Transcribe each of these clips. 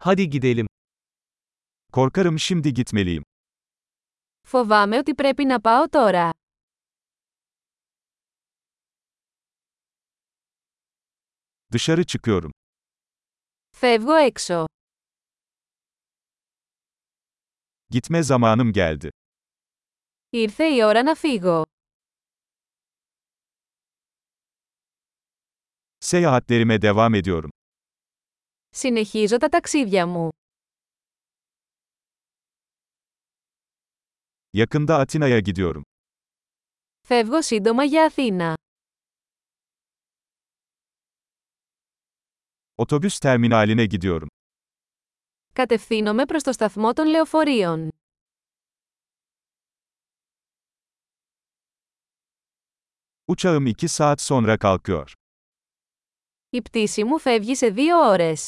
Hadi gidelim. Korkarım şimdi gitmeliyim. Φοβάμαι ότι πρέπει να πάω τώρα. Dışarı çıkıyorum. Φεύγω έξω. Gitme zamanım geldi. Ήρθε η ώρα να φύγω. Seyahatlerime devam ediyorum. Συνεχίζω τα ταξίδια μου. Yakında Atina'ya gidiyorum. Φεύγω σύντομα για Αθήνα. Otobüs terminaline gidiyorum. Κατευθύνομαι προς το σταθμό των λεωφορείων. Uçağım 2 saat sonra kalkıyor. Η πτήση μου φεύγει σε δύο ώρες.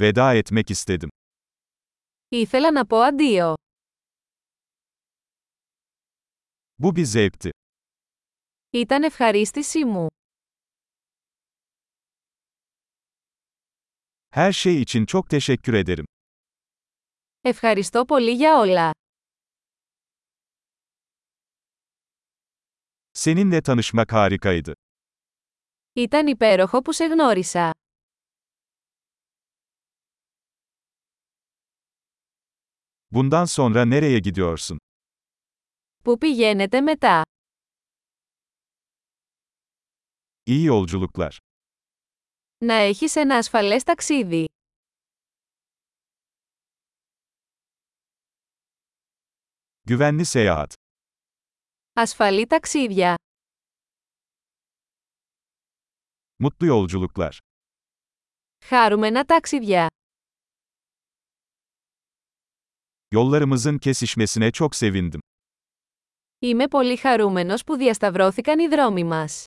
Veda etmek istedim. Ήθελα να πω αντίο. Bu bir zevkti. Ήταν ευχαρίστησή μου. Her şey için çok teşekkür ederim. Ευχαριστώ πολύ για όλα. Seninle tanışmak harikaydı. Ήταν υπέροχο που σε γνώρισα. Bundan sonra nereye gidiyorsun? Πού πηγαίνετε μετά. İyi yolculuklar. Να έχεις ένα ασφαλές ταξίδι. Güvenli seyahat. Ασφαλή ταξίδια. Mutlu yolculuklar. Χάρουμενα ταξίδια. Yollarımızın kesişmesine çok sevindim. Είμαι πολύ χαρούμενος που διασταυρώθηκαν οι δρόμοι μας.